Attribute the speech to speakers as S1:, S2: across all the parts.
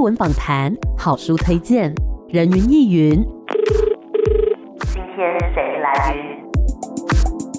S1: 文访谈、好书推荐、人云亦云。
S2: 今天谁来云？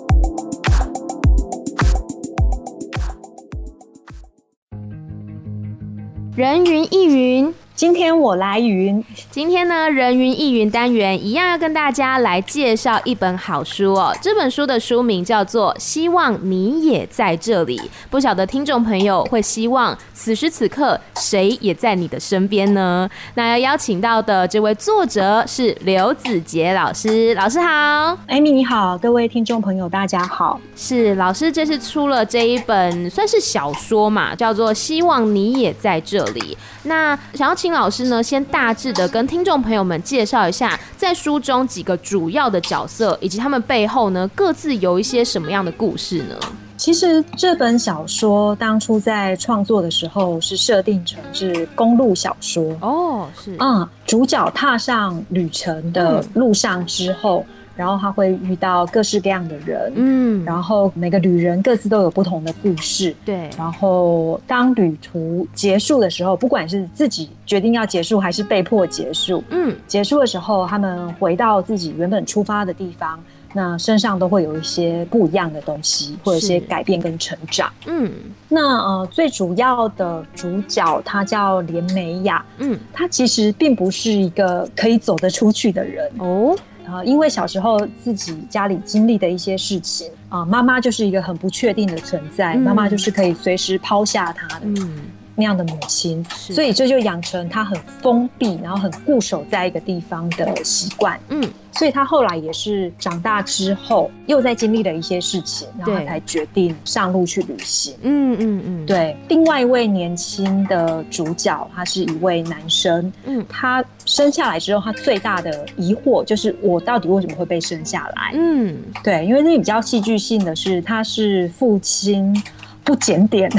S3: 人云亦云。
S4: 今天我来云，
S3: 今天呢，人云亦云单元一样要跟大家来介绍一本好书哦。这本书的书名叫做《希望你也在这里》。不晓得听众朋友会希望此时此刻谁也在你的身边呢？那要邀请到的这位作者是刘子杰老师，老师好。
S4: 艾米你好，各位听众朋友大家好。
S3: 是老师这次出了这一本算是小说嘛，叫做《希望你也在这里》。那想要请老师呢，先大致的跟听众朋友们介绍一下，在书中几个主要的角色以及他们背后呢，各自有一些什么样的故事呢？
S4: 其实这本小说当初在创作的时候是设定成是公路小说，
S3: 哦，是
S4: 嗯，主角踏上旅程的路上之后，然后他会遇到各式各样的人，
S3: 嗯，
S4: 然后每个旅人各自都有不同的故事。
S3: 对，
S4: 然后当旅途结束的时候，不管是自己决定要结束，还是被迫结束，
S3: 嗯，
S4: 结束的时候，他们回到自己原本出发的地方，那身上都会有一些不一样的东西，会有一些
S3: 是
S4: 改变跟成长。
S3: 嗯，
S4: 那呃，最主要的主角她叫连美雅，
S3: 嗯，
S4: 她其实并不是一个可以走得出去的人，
S3: 哦，
S4: 呃，因为小时候自己家里经历的一些事情啊、呃妈妈就是一个很不确定的存在，
S3: 嗯
S4: 妈妈就是可以随时抛下她的
S3: 嗯，
S4: 那样的母亲，
S3: 是
S4: 所以这就养成她很封闭，然后很固守在一个地方的习惯。
S3: 嗯，
S4: 所以他后来也是长大之后，又在经历了一些事情，然后
S3: 对
S4: 他才决定上路去旅行。
S3: 嗯嗯嗯，，
S4: 对，另外一位年轻的主角，他是一位男生，
S3: 嗯
S4: 他生下来之后，他最大的疑惑就是我到底为什么会被生下来？
S3: 嗯，
S4: 对，因为那比较戏剧性的是，他是父亲不检点，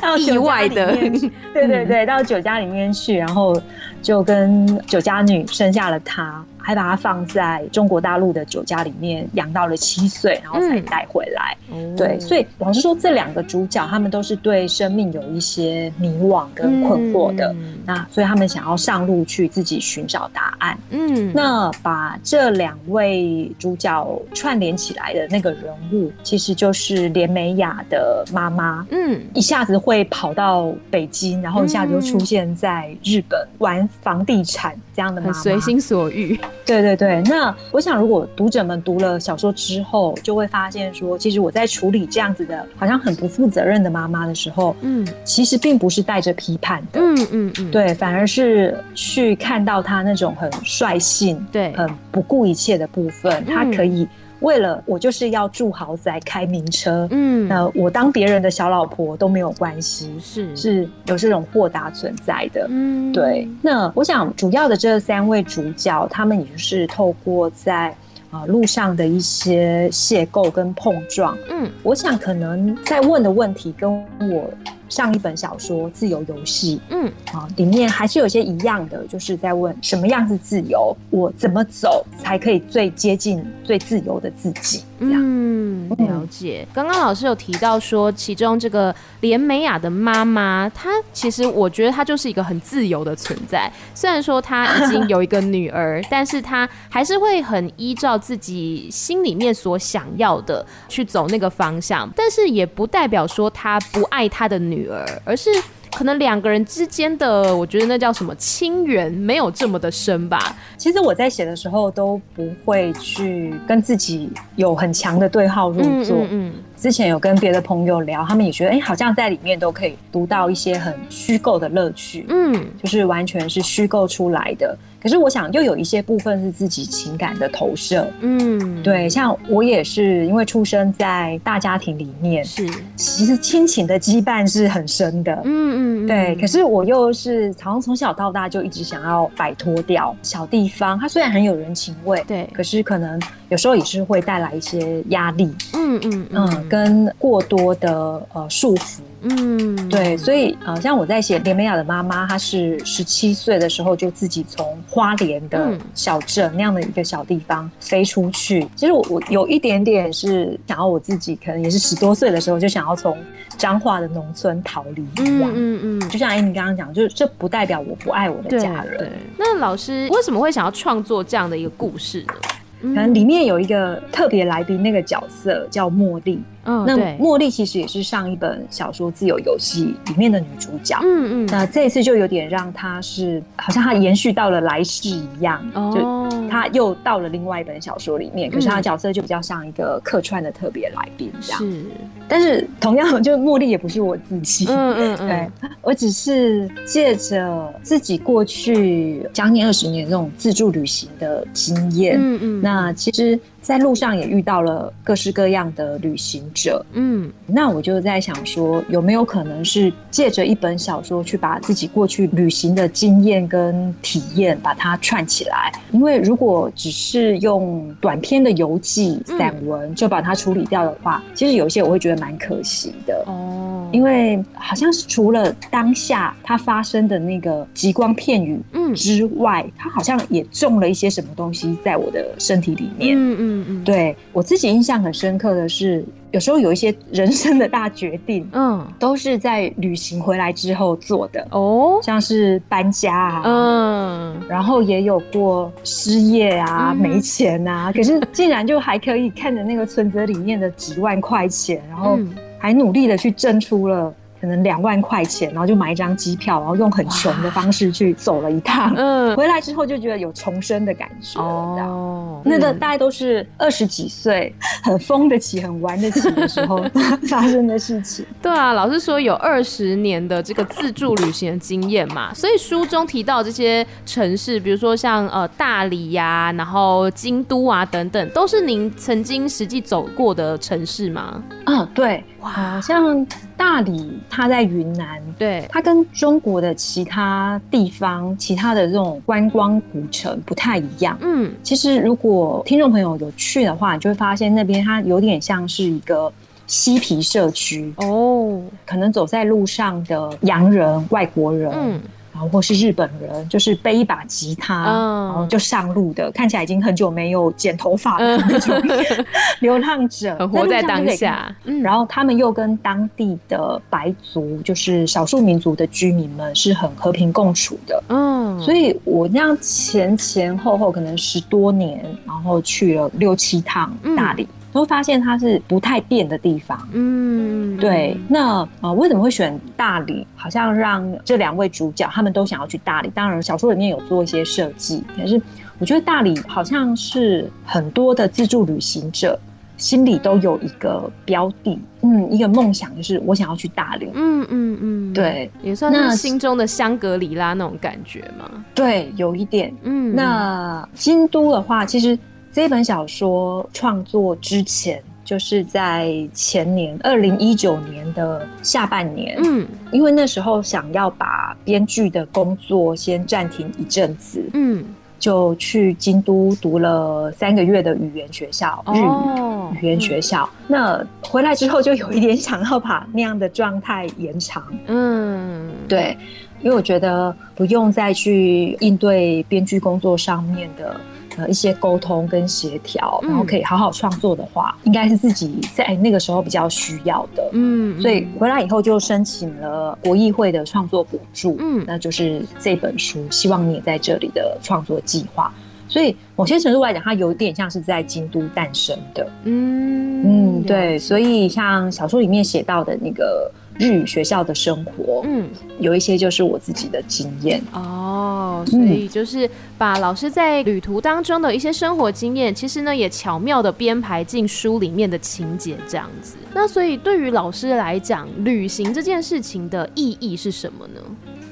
S4: 到
S3: 意
S4: 酒家
S3: 外
S4: 里
S3: 的，
S4: 面去对对
S3: 嗯
S4: 对，到酒家里面去，然后就跟酒家女生下了他，还把他放在中国大陆的酒家里面养到了七岁，然后才
S3: 嗯
S4: 带回来。对，所
S3: 以
S4: 以老实说，这两个主角他们都是对生命有一些迷惘跟困惑
S3: 嗯
S4: 的。那所以他们想要上路去自己寻找答案。
S3: 嗯，
S4: 那把这两位主角串联起来的那个人物，其实就是连美雅的妈妈。
S3: 嗯，
S4: 一下子会跑到北京，然后一下子就出现在日本玩房地产这样的妈
S3: 很
S4: 妈，
S3: 随心所欲，
S4: 对对对，那我想，如果读者们读了小说之后，就会发现说，其实我在处理这样子的，好像很不负责任的妈妈的时候，
S3: 嗯
S4: 其实并不是带着批判的，
S3: 嗯嗯嗯，
S4: 对，反而是去看到她那种很率性、
S3: 对
S4: 很不顾一切的部分，
S3: 嗯
S4: 她可以为了我就是要住豪宅、开名车，
S3: 嗯，
S4: 那我当别人的小老婆都没有关系，
S3: 是，
S4: 是有这种豁达存在的。
S3: 嗯，
S4: 对，那我想主要的这三位主角，他们也就是透过在啊、呃路上的一些邂逅跟碰撞，
S3: 嗯，
S4: 我想可能在问的问题跟我上一本小说《自由游戏
S3: 嗯》
S4: 啊、里面还是有些一样的，就是在问什么样是自由，我怎么走才可以最接近最自由的自己？这样，
S3: 嗯，了解。刚刚老师有提到说，其中这个连美雅的妈妈，她其实我觉得她就是一个很自由的存在。虽然说她已经有一个女儿，但是她还是会很依照自己心里面所想要的去走那个方向，但是也不代表说她不爱她的女儿，而是。可能两个人之间的，我觉得那叫什么亲缘，没有这么的深吧。
S4: 其实我在写的时候都不会去跟自己有很强的对号入座。
S3: 嗯
S4: 之前有跟别的朋友聊，他们也觉得，哎、好像在里面都可以读到一些很虚构的乐趣，
S3: 嗯嗯，
S4: 就是完全是虚构出来的。可是我想，又有一些部分是自己情感的投射。
S3: 嗯，
S4: 对，像我也是因为出生在大家庭里面，
S3: 是，
S4: 其实亲情的羁绊是很深的。
S3: 嗯嗯，嗯
S4: 对，可是我又是好像从小到大就一直想要摆脱掉小地方，它虽然很有人情味，
S3: 对，
S4: 可是可能有时候也是会带来一些压力。
S3: 嗯嗯
S4: 嗯，跟过多的呃束缚。
S3: 嗯，
S4: 对，所以呃，像我在写连美雅的妈妈，她是十七岁的时候就自己从花莲的
S3: 嗯
S4: 小镇、那样的一个小地方飞出去。其实我我有一点点是想要我自己，可能也是十多岁的时候就想要从彰化的农村逃离一样。
S3: 嗯嗯嗯，
S4: 就像 Amy 刚刚讲，就是这不代表我不爱我的
S3: 对
S4: 家人
S3: 对。。那老师为什么会想要创作这样的一个故事呢？
S4: 可能里面有一个特别来宾，那个角色叫茉莉。
S3: 嗯，
S4: 那
S3: 对
S4: 茉莉其实也是上一本小说《自由游戏》里面的女主角。
S3: 嗯嗯，
S4: 那这一次就有点让她是，好像她延续到了来世一样，就
S3: 哦，
S4: 她又到了另外一本小说里面，可是她的角色就比较像一个客串的特别来宾这样。
S3: 嗯是，
S4: 但是同样，就是茉莉也不是我自己。
S3: 嗯嗯嗯，
S4: 对，我只是借着自己过去将近二十年这种自助旅行的经验，
S3: 嗯嗯，
S4: 那其实，在路上也遇到了各式各样的旅行者。
S3: 嗯
S4: 那我就在想说，有没有可能是借着一本小说，去把自己过去旅行的经验跟体验把它串起来？因为如果只是用短篇的游记、
S3: 嗯
S4: 散文就把它处理掉的话，其实有一些我会觉得蛮可惜的。
S3: 哦，
S4: 因
S3: 为
S4: 为好像是除了当下它发生的那个极光片语
S3: 嗯
S4: 之外，它好像也种了一些什么东西在我的身体里面。
S3: 嗯嗯嗯，，
S4: 对我自己印象很深刻的是，有时候有一些人生的大决定，
S3: 嗯
S4: 都是在旅行回来之后做的，
S3: 哦，
S4: 像是搬家啊。
S3: 嗯
S4: 然后也有过失业啊、
S3: 嗯
S4: 没钱啊，可是竟然就还可以看着那个存折里面的几万块钱，然后
S3: 嗯
S4: 还努力的去挣出了可能两万块钱，然后就买一张机票，然后用很穷的方式去走了一趟，
S3: 嗯，
S4: 回来之后就觉得有重生的感觉。这样
S3: 哦，
S4: 那个
S3: 嗯
S4: 大概都是二十几岁，很疯得起、很玩得起的时 候发生的事情。
S3: 对啊，老师说有二十年的这个自助旅行的经验嘛，所以书中提到这些城市，比如说像呃大理呀、然后京都啊等等，都是您曾经实际走过的城市吗？
S4: 嗯，对，
S3: 哇
S4: 好像大理，它在云南。
S3: 对，
S4: 它跟中国的其他地方、其他的这种观光古城不太一样。
S3: 嗯
S4: 其实，如果听众朋友有去的话，你就会发现那边它有点像是一个嬉皮社区，
S3: 哦，
S4: 可能走在路上的洋人、外国人，
S3: 嗯
S4: 然后或是日本人，就是背一把吉他，
S3: 嗯
S4: 然后就上路的，看起来已经很久没有剪头发的 那种 流浪者，
S3: 嗯很活在当
S4: 路上就可以看到。
S3: 下，嗯，
S4: 然后他们又跟当地的白族，就是少数民族的居民们是很和平共处的。
S3: 嗯，
S4: 所以我那样前前后后可能十多年，然后去了六七趟
S3: 嗯
S4: 大理，都发现它是不太变的地方。
S3: 嗯
S4: 对，那啊、呃为什么会选大理？好像让这两位主角他们都想要去大理。当然，小说里面有做一些设计，可是我觉得大理好像是很多的自助旅行者心里都有一个标的，嗯，一个梦想，就是我想要去大理。
S3: 嗯嗯嗯，，
S4: 对
S3: 也算是
S4: 那
S3: 心中的香格里拉那种感觉嘛，
S4: 对，有一点。
S3: 嗯，
S4: 那京都的话，其实这本小说创作之前。就是在前年，二零一九年的下半年，
S3: 嗯
S4: 因为那时候想要把编剧的工作先暂停一阵子，
S3: 嗯，
S4: 就去京都读了三个月的语言学校，日语。
S3: 哦，
S4: 语言学校，那回来之后就有一点想要把那样的状态延长，
S3: 嗯，嗯，
S4: 对，因为我觉得不用再去应对编剧工作上面的呃一些沟通跟协调，
S3: 嗯
S4: 然后可以好好创作的话，应该是自己在那个时候比较需要的。
S3: 嗯，
S4: 所以回来以后就申请了国议会的创作补助，
S3: 嗯
S4: 那就是这本书，希望你也在这里的创作计划。所以某些程度来讲，它有点像是在京都诞生的，
S3: 嗯
S4: 嗯，对。，所以像小说里面写到的那个日语学校的生活，
S3: 嗯，
S4: 有一些就是我自己的经验，嗯
S3: 哦，所以就是把老师在旅途当中的一些生活经验，其实呢也巧妙的编排进书里面的情节这样子。那所以对于老师来讲，旅行这件事情的意义是什么呢？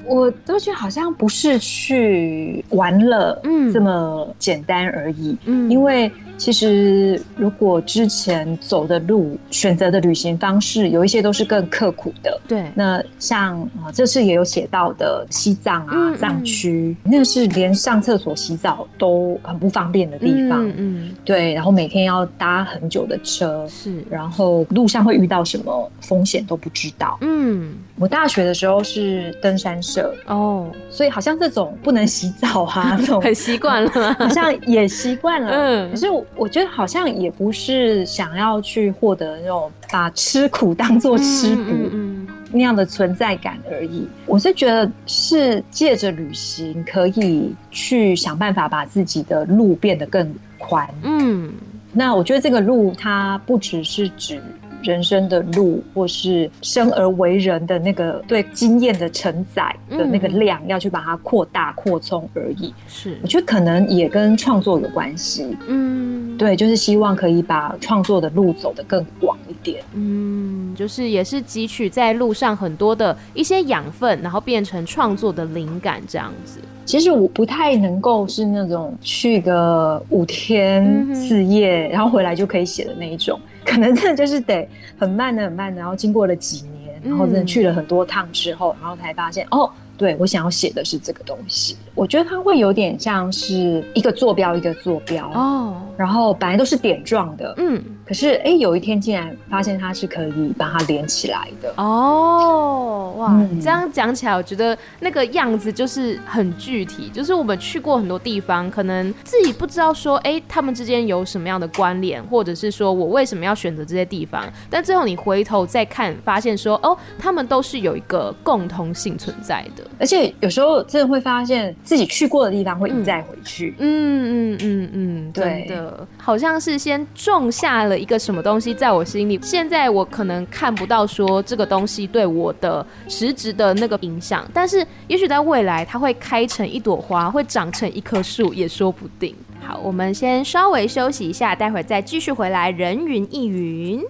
S4: 我都觉得好像不是去玩乐，
S3: 嗯
S4: 这么简单而已。
S3: 嗯
S4: 因为其实如果之前走的路、选择的旅行方式，有一些都是更刻苦的。
S3: 对，
S4: 那像啊、呃这次也有写到的西藏啊
S3: 嗯、
S4: 藏区，那是连上厕所、洗澡都很不方便的地方。
S3: 嗯嗯，
S4: 对，然后每天要搭很久的车，
S3: 是，
S4: 然后路上会遇到什么风险都不知道。
S3: 嗯，
S4: 我大学的时候是登山社，
S3: 哦，
S4: 所以好像这种不能洗澡啊，这种
S3: 很习惯 了，
S4: 好像也习惯了。
S3: 嗯
S4: 可是我我觉得好像也不是想要去获得那种把吃苦当做吃补
S3: 嗯嗯嗯
S4: 那样的存在感而已。我是觉得是借着旅行可以去想办法把自己的路变得更宽。
S3: 嗯，
S4: 那我觉得这个路它不只是指人生的路，或是生而为人的那个对经验的承载的那个
S3: 嗯
S4: 量，要去把它扩大扩充而已。
S3: 是
S4: 我，觉得可能也跟创作有关系，
S3: 嗯，，
S4: 对，就是希望可以把创作的路走得更广一点。
S3: 嗯，就是也是汲取在路上很多的一些养分，然后变成创作的灵感这样子。
S4: 其实我不太能够是那种去个五
S3: 嗯
S4: 天
S3: 哼
S4: 四夜，然后回来就可以写的那一种， 可能真的就是得很慢的很慢的，然后经过了几年，然后真的
S3: 嗯
S4: 去了很多趟之后，然后才发现哦。对，我想要写的是这个东西。我觉得它会有点像是一个坐标一个坐标，
S3: 哦，
S4: 然后本来都是点状的，
S3: 嗯，
S4: 可是，哎，有一天竟然发现它是可以把它连起来的。
S3: 哦，哇，
S4: 嗯
S3: 这样讲起来，我觉得那个样子就是很具体，就是我们去过很多地方，可能自己不知道说，哎、他们之间有什么样的关联，或者是说我为什么要选择这些地方，但最后你回头再看，发现说，哦，他们都是有一个共同性存在的。
S4: 而且有时候真的会发现自己去过的地方会一再回去。
S3: 嗯嗯嗯嗯，
S4: 对
S3: 真的，好像是先种下了一个什么东西在我心里，现在我可能看不到说这个东西对我的实质的那个影响，但是也许在未来它会开成一朵花，会长成一棵树，也说不定。好，我们先稍微休息一下，待会儿再继续回来。人云亦云。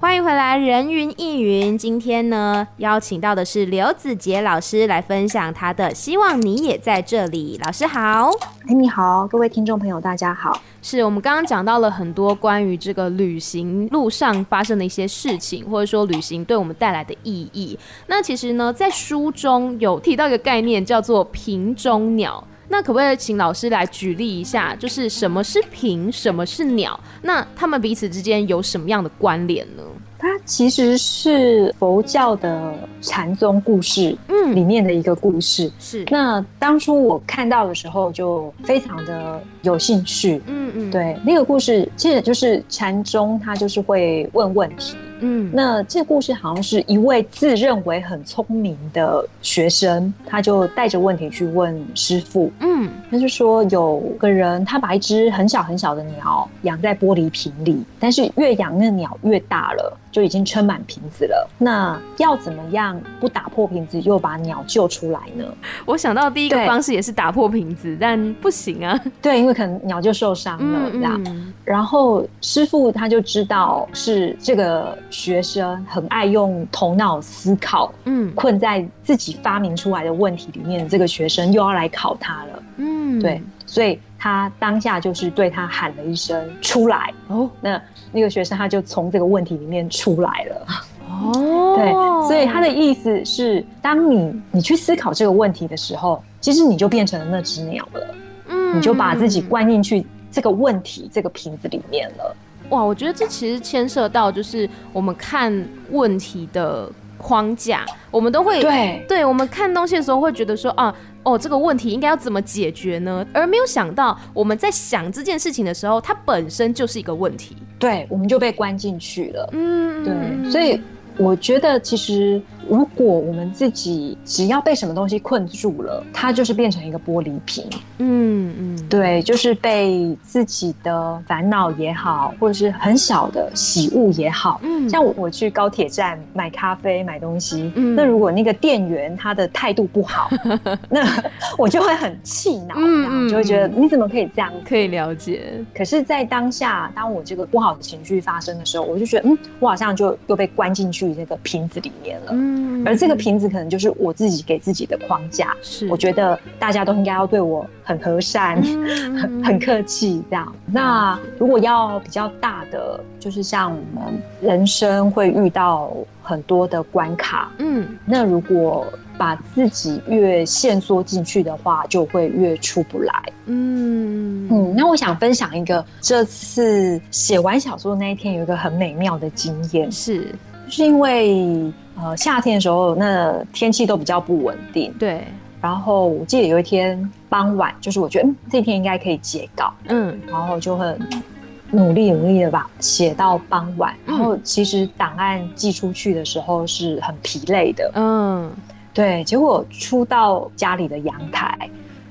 S3: 欢迎回来，人云亦云。今天呢，邀请到的是刘子杰老师来分享他的《希望你也在这里》。老师好，
S4: 哎，你好，各位听众朋友，大家好。
S3: 是我们刚刚讲到了很多关于这个旅行路上发生的一些事情，或者说旅行对我们带来的意义。那其实呢，在书中有提到一个概念，叫做瓶中鸟。那可不可以请老师来举例一下，就是什么是瓶，什么是鸟？那它们彼此之间有什么样的关联呢？
S4: 它其实是佛教的禅宗故事里
S3: 嗯，
S4: 面的一个故事。
S3: 是，
S4: 那当初我看到的时候，就非常的有兴趣。
S3: 嗯嗯，，
S4: 对，那个故事其实就是禅宗，它就是会问问题。
S3: 嗯，
S4: 那这个故事好像是一位自认为很聪明的学生，他就带着问题去问师傅。
S3: 嗯
S4: 他就说有个人，他把一只很小很小的鸟养在玻璃瓶里，但是越养那鸟越大了，就已经撑满瓶子了。那要怎么样不打破瓶子又把鸟救出来呢？
S3: 我想到第一个
S4: 对
S3: 方式也是打破瓶子，但不行啊。
S4: 对，因为可能鸟就受伤了，这样。
S3: 嗯
S4: 然后师傅他就知道是这个学生很爱用头脑思考，
S3: 嗯
S4: 困在自己发明出来的问题里面，这个学生又要来考他了，
S3: 嗯，
S4: 对，所以他当下就是对他喊了一声“出来
S3: 哦”，
S4: 那那个学生他就从这个问题里面出来了，
S3: 哦，
S4: 对，所以他的意思是，当你你去思考这个问题的时候，其实你就变成了那只鸟了，
S3: 嗯
S4: 你就把自己关进去这个问题这个瓶子里面了，
S3: 哇，我觉得这其实牵涉到就是我们看问题的框架，我们都会
S4: 对。
S3: 对我们看东西的时候会觉得说啊，哦，这个问题应该要怎么解决呢？而没有想到我们在想这件事情的时候，它本身就是一个问题。
S4: 对，我们就被关进去了。
S3: 嗯，
S4: 对，所以我觉得其实如果我们自己只要被什么东西困住了，它就是变成一个玻璃瓶，
S3: 嗯嗯，
S4: 对，就是被自己的烦恼也好，或者是很小的喜恶也好。
S3: 嗯
S4: 像我我去高铁站买咖啡、买东西，
S3: 嗯
S4: 那如果那个店员他的态度 不好，那我就会很气恼，
S3: 嗯
S4: 然后就会觉得
S3: 嗯
S4: 你怎么可以这样子？
S3: 可以了解。
S4: 可是，在当下，当我这个不好的情绪发生的时候，我就觉得，嗯，我好像就又被关进去这个瓶子里面了。
S3: 嗯嗯
S4: 而这个瓶子可能就是我自己给自己的框架，
S3: 是，
S4: 我觉得大家都应该要对我很和善。
S3: 嗯
S4: 很很客气这样。那如果要比较大的，就是像我们人生会遇到很多的关卡，
S3: 嗯
S4: 那如果把自己越限缩进去的话，就会越出不来。
S3: 嗯嗯
S4: 嗯，那我想分享一个这次写完小说那一天有一个很美妙的经验，
S3: 是
S4: 就是因为呃夏天的时候，那天气都比较不稳定，
S3: 对，
S4: 然后我记得有一天傍晚，就是我觉得嗯这天应该可以截稿，
S3: 嗯
S4: 然后就很努力努力的吧，写到傍晚，
S3: 嗯
S4: 然后其实档案寄出去的时候是很疲累的，
S3: 嗯
S4: 对，结果出到家里的阳台，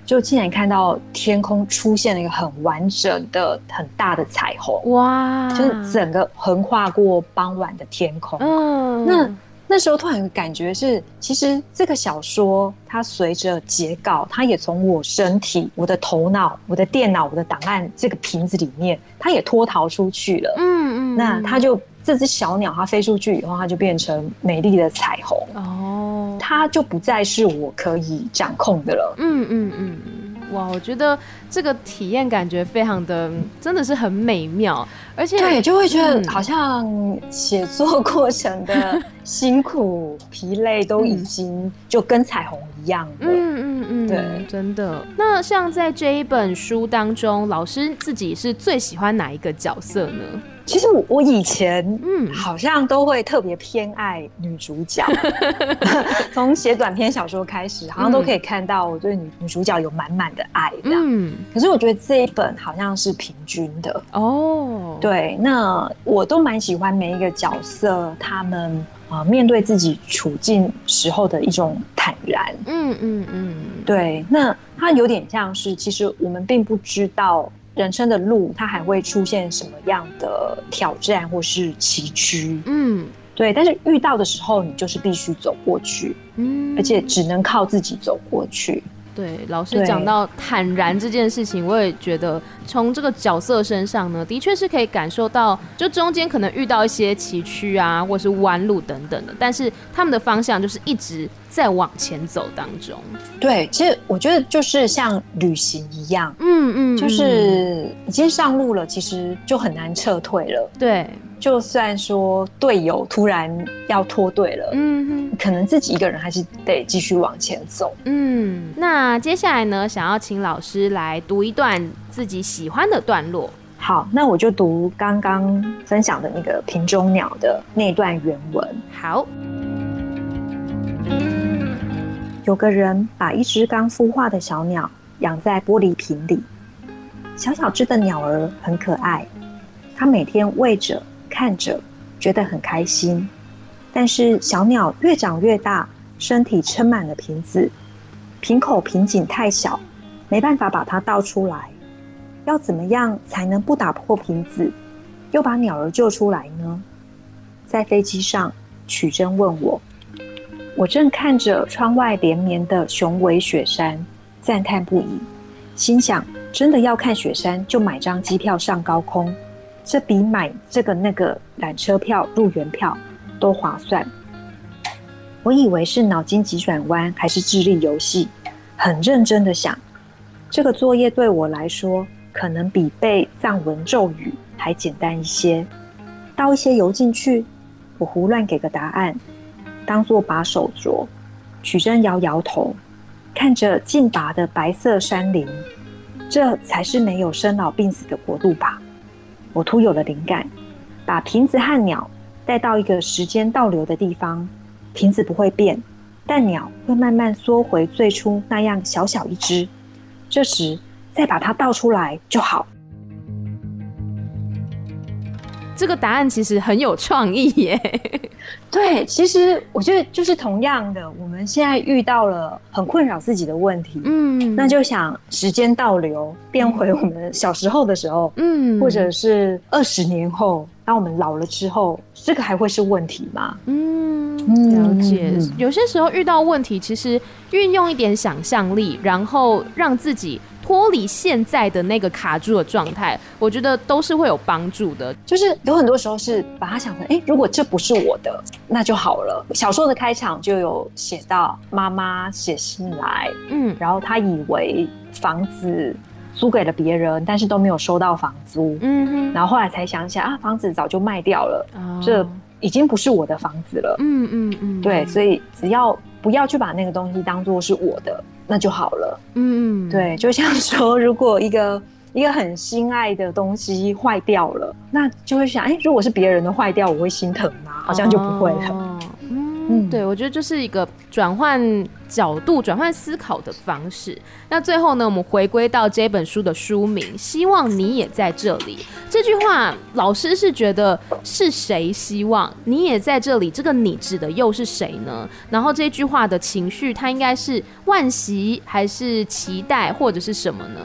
S4: 就竟然看到天空出现了一个很完整的很大的彩虹，
S3: 哇，
S4: 就是整个横跨过傍晚的天空。
S3: 嗯
S4: 那那时候突然有个感觉是，其实这个小说它随着截稿，它也从我身体、我的头脑、我的电脑、我的档案这个瓶子里面，它也脱逃出去了。
S3: 嗯嗯，
S4: 那
S3: 嗯
S4: 它就这只小鸟，它飞出去以后，它就变成美丽的彩虹，
S3: 哦，
S4: 它就不再是我可以掌控的了。
S3: 嗯嗯嗯，哇，我觉得这个体验感觉非常的，嗯真的是很美妙，而且
S4: 对，就会觉
S3: 嗯
S4: 得好像写作过 程的辛苦、疲累都已
S3: 嗯
S4: 经就跟彩虹一样了。
S3: 嗯嗯嗯，
S4: 对，
S3: 真的。那像在这一本书当中，老师自己是最喜欢哪一个角色呢？
S4: 其实我我以前
S3: 嗯，
S4: 好像都会特别偏爱女主角，从写短篇小说开始，好像都可以看到我对女女主角有满满的爱这样。
S3: 嗯，
S4: 可是我觉得这一本好像是平均的，
S3: 哦，，
S4: 对。那我都蛮喜欢每一个角色，他们啊、呃面对自己处境时候的一种坦然。
S3: 嗯嗯嗯，
S4: 对，那它有点像是，其实我们并不知道人生的路，它还会出现什么样的挑战或是崎岖。
S3: 嗯
S4: 对，但是遇到的时候，你就是必须走过去，
S3: 嗯，
S4: 而且只能靠自己走过去。
S3: 对，老师
S4: 对
S3: 讲到坦然这件事情，我也觉得从这个角色身上呢，的确是可以感受到，就中间可能遇到一些崎岖啊，或是弯路等等的，但是他们的方向就是一直在往前走当中。
S4: 对，其实我觉得就是像旅行一样，
S3: 嗯嗯，
S4: 就是已经上路了，其实就很难撤退了。
S3: 对，
S4: 就算说队友突然要脱队了，
S3: 嗯哼
S4: 可能自己一个人还是得继续往前走。
S3: 嗯。那接下来呢，想要请老师来读一段自己喜欢的段落。
S4: 好，那我就读刚刚分享的那个瓶中鸟的那段原文。
S3: 好，
S4: 有个人把一只刚孵化的小鸟养在玻璃瓶里，小小只的鸟儿很可爱，它每天喂着、看着，觉得很开心。但是小鸟越长越大，身体撑满了瓶子，瓶口瓶颈太小，没办法把它倒出来。要怎么样才能不打破瓶子，又把鸟儿救出来呢？在飞机上，曲珍问我。我正看着窗外连绵的雄伟雪山，赞叹不已，心想：真的要看雪山，就买张机票上高空，这比买这个那个缆车票、入园票都划算。我以为是脑筋急转弯还是智力游戏，很认真的想，这个作业对我来说，可能比背藏文咒语还简单一些。倒一些油进去，我胡乱给个答案，当做把手镯。曲珍摇摇头，看着近拔的白色山林，这才是没有生老病死的国度吧？我突有了灵感，把瓶子和鸟带到一个时间倒流的地方，瓶子不会变，但鸟会慢慢缩回最初那样小小一只。这时再把它倒出来就好。
S3: 这个答案其实很有创意耶。
S4: 对，其实我觉得就是同样的，我们现在遇到了很困扰自己的问题，
S3: 嗯，
S4: 那就想时间倒流，变回我们小时候的时候，
S3: 嗯，
S4: 或者是二十年后，当我们老了之后，这个还会是问题吗？
S3: 嗯，
S4: 嗯
S3: 了解
S4: 嗯嗯。
S3: 有些时候遇到问题，其实运用一点想象力，然后让自己。脱离现在的那个卡住的状态，我觉得都是会有帮助的。
S4: 就是有很多时候是把它想成，哎、如果这不是我的，那就好了。小说的开场就有写到妈妈写信来，
S3: 嗯，
S4: 然后她以为房子租给了别人，但是都没有收到房租，
S3: 嗯
S4: 然后后来才想起来啊，房子早就卖掉了，
S3: 哼，哦
S4: 这已经不是我的房子了。
S3: 嗯嗯嗯，
S4: 对，所
S3: 以
S4: 以只要不要去把那个东西当做是我的，那就好了。
S3: 嗯嗯，
S4: 对，就像说，如果一个一个很心爱的东西坏掉了，那就会想，哎、如果是别人的坏掉，我会心疼吗？好像就不会了。
S3: 哦嗯，
S4: 嗯
S3: 对，我觉得就是一个转换角度、转换思考的方式。那最后呢，我们回归到这本书的书名，希望你也在这里。这句话，老师是觉得是谁希望你也在这里？这个你指的又是谁呢？然后这句话的情绪，它应该是惋惜，还是期待，或者是什么呢？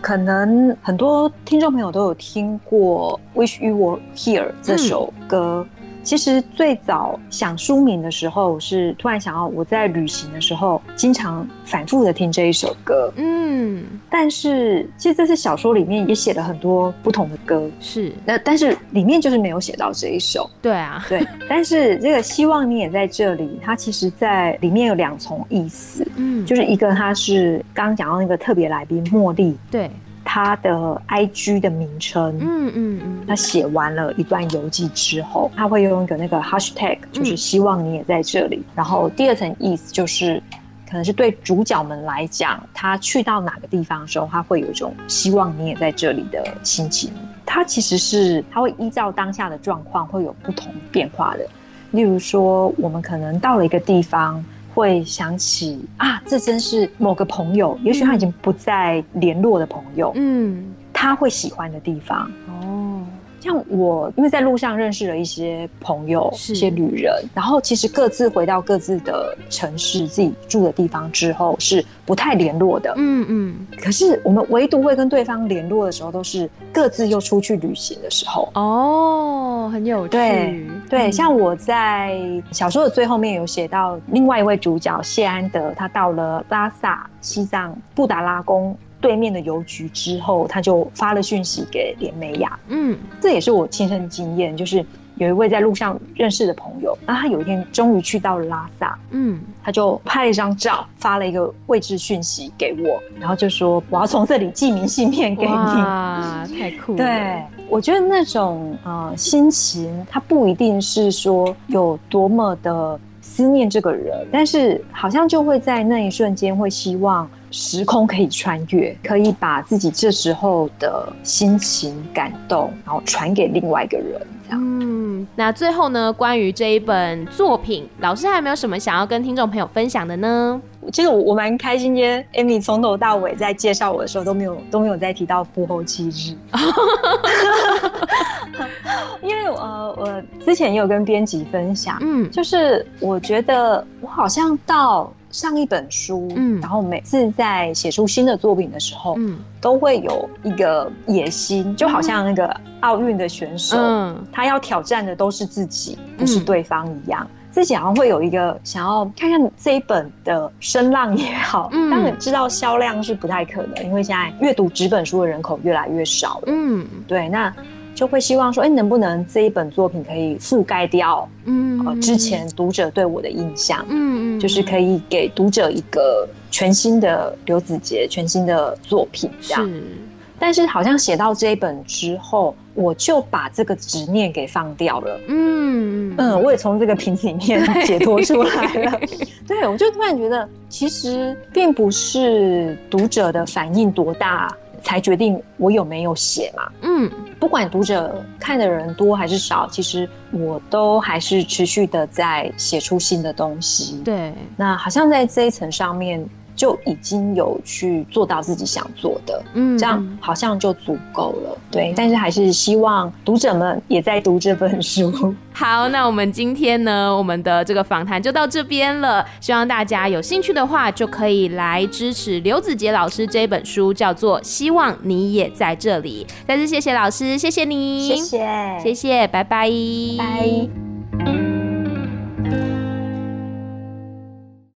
S4: 可能很多听众朋友都有听过《Wish You Were Here》这首歌。其实最早想书名的时候，是突然想到我在旅行的时候，经常反复的听这一首歌。
S3: 嗯，
S4: 但是其实这次小说里面也写了很多不同的歌，
S3: 是
S4: 那但是里面就是没有写到这一首。
S3: 对啊，
S4: 对，但是这个希望你也在这里，它其实在里面有两重意思，
S3: 嗯，
S4: 就是一个它是刚刚讲到那个特别来宾茉莉，
S3: 对，
S4: 她的 IG 的名称。
S3: 嗯嗯
S4: 她
S3: 嗯，
S4: 写完了一段游记之后，她会用一个那个 hashtag，就是希望你也在这里。然后第二层意思就是，可能是对主角们来讲，他去到哪个地方的时候，他会有一种希望你也在这里的心情。它其实是它会依照当下的状况会有不同变化的。例如说，我们可能到了一个地方，会想起啊，这真是某个朋友，也许他已经不再联络的朋友，
S3: 嗯，
S4: 他会喜欢的地方。
S3: 哦，
S4: 像我，因为在路上认识了一些朋友，
S3: 是
S4: 一些旅人，然后其实各自回到各自的城市、自己住的地方之后，是不太联络的。
S3: 嗯嗯。
S4: 可是我们唯独会跟对方联络的时候，都是各自又出去旅行的时候。
S3: 哦，很有趣。
S4: 对对，
S3: 嗯
S4: 像我在小说的最后面有写到，另外一位主角谢安德，他到了拉萨、西藏布达拉宫对面的邮局之后，他就发了讯息给连美雅，
S3: 嗯
S4: 这也是我亲身经验，就是有一位在路上认识的朋友，那他有一天终于去到了拉萨，
S3: 嗯，
S4: 他就拍了一张照，发了一个位置讯息给我，然后就说我要从这里寄明信片给你。
S3: 哇，太酷了。
S4: 对，我觉得那种呃心情，它不一定是说有多么的思念这个人，但是好像就会在那一瞬间会希望时空可以穿越，可以把自己这时候的心情感动，然后传给另外一个人。这样
S3: 嗯，那最后呢，关于这一本作品，老师还有没有什么想要跟听众朋友分享的呢？
S4: 其实我我蛮开心，今天 Amy 从头到尾在介绍我的时候都没有都没有再提到复后七日， 因为呃我之前也有跟编辑分享，
S3: 嗯，
S4: 就是我觉得我好像到上一本书，
S3: 嗯
S4: 然后每次在写出新的作品的时候，
S3: 嗯
S4: 都会有一个野心，就好像那个奥运的选手，
S3: 嗯
S4: 他要挑战的都是自己，不是对方一样。自己好像会有一个想要看看这一本的声浪也好，
S3: 嗯
S4: 当然知道销量是不太可能，因为现在阅读纸本书的人口越来越少了。
S3: 嗯
S4: 对，那就会希望说，哎、能不能这一本作品可以覆盖掉呃
S3: 嗯，
S4: 之前读者对我的印象，
S3: 嗯，嗯嗯，
S4: 就是可以给读者一个全新的刘子杰、全新的作品这样。
S3: 是
S4: 但是好像写到这一本之后，我就把这个执念给放掉了。
S3: 嗯
S4: 嗯，我也从这个瓶子里面解脱出来 了。对，我就突然觉得，其实并不是读者的反应多大才决定我有没有写嘛。
S3: 嗯
S4: 不管读者看的人多还是少，其实我都还是持续的在写出新的东西。
S3: 对
S4: 那好像在这一层上面就已经有去做到自己想做的，
S3: 嗯
S4: 这样
S3: 嗯
S4: 好像就足够了。对，但是还是希望读者们也在读这本书。
S3: 嗯好，那我们今天呢，我们的这个访谈就到这边了。希望大家有兴趣的话，就可以来支持刘子杰老师这本书，叫做《希望你也在这里》。再次谢谢老师，谢谢你，
S4: 谢谢，
S3: 谢谢，拜拜，
S4: 拜。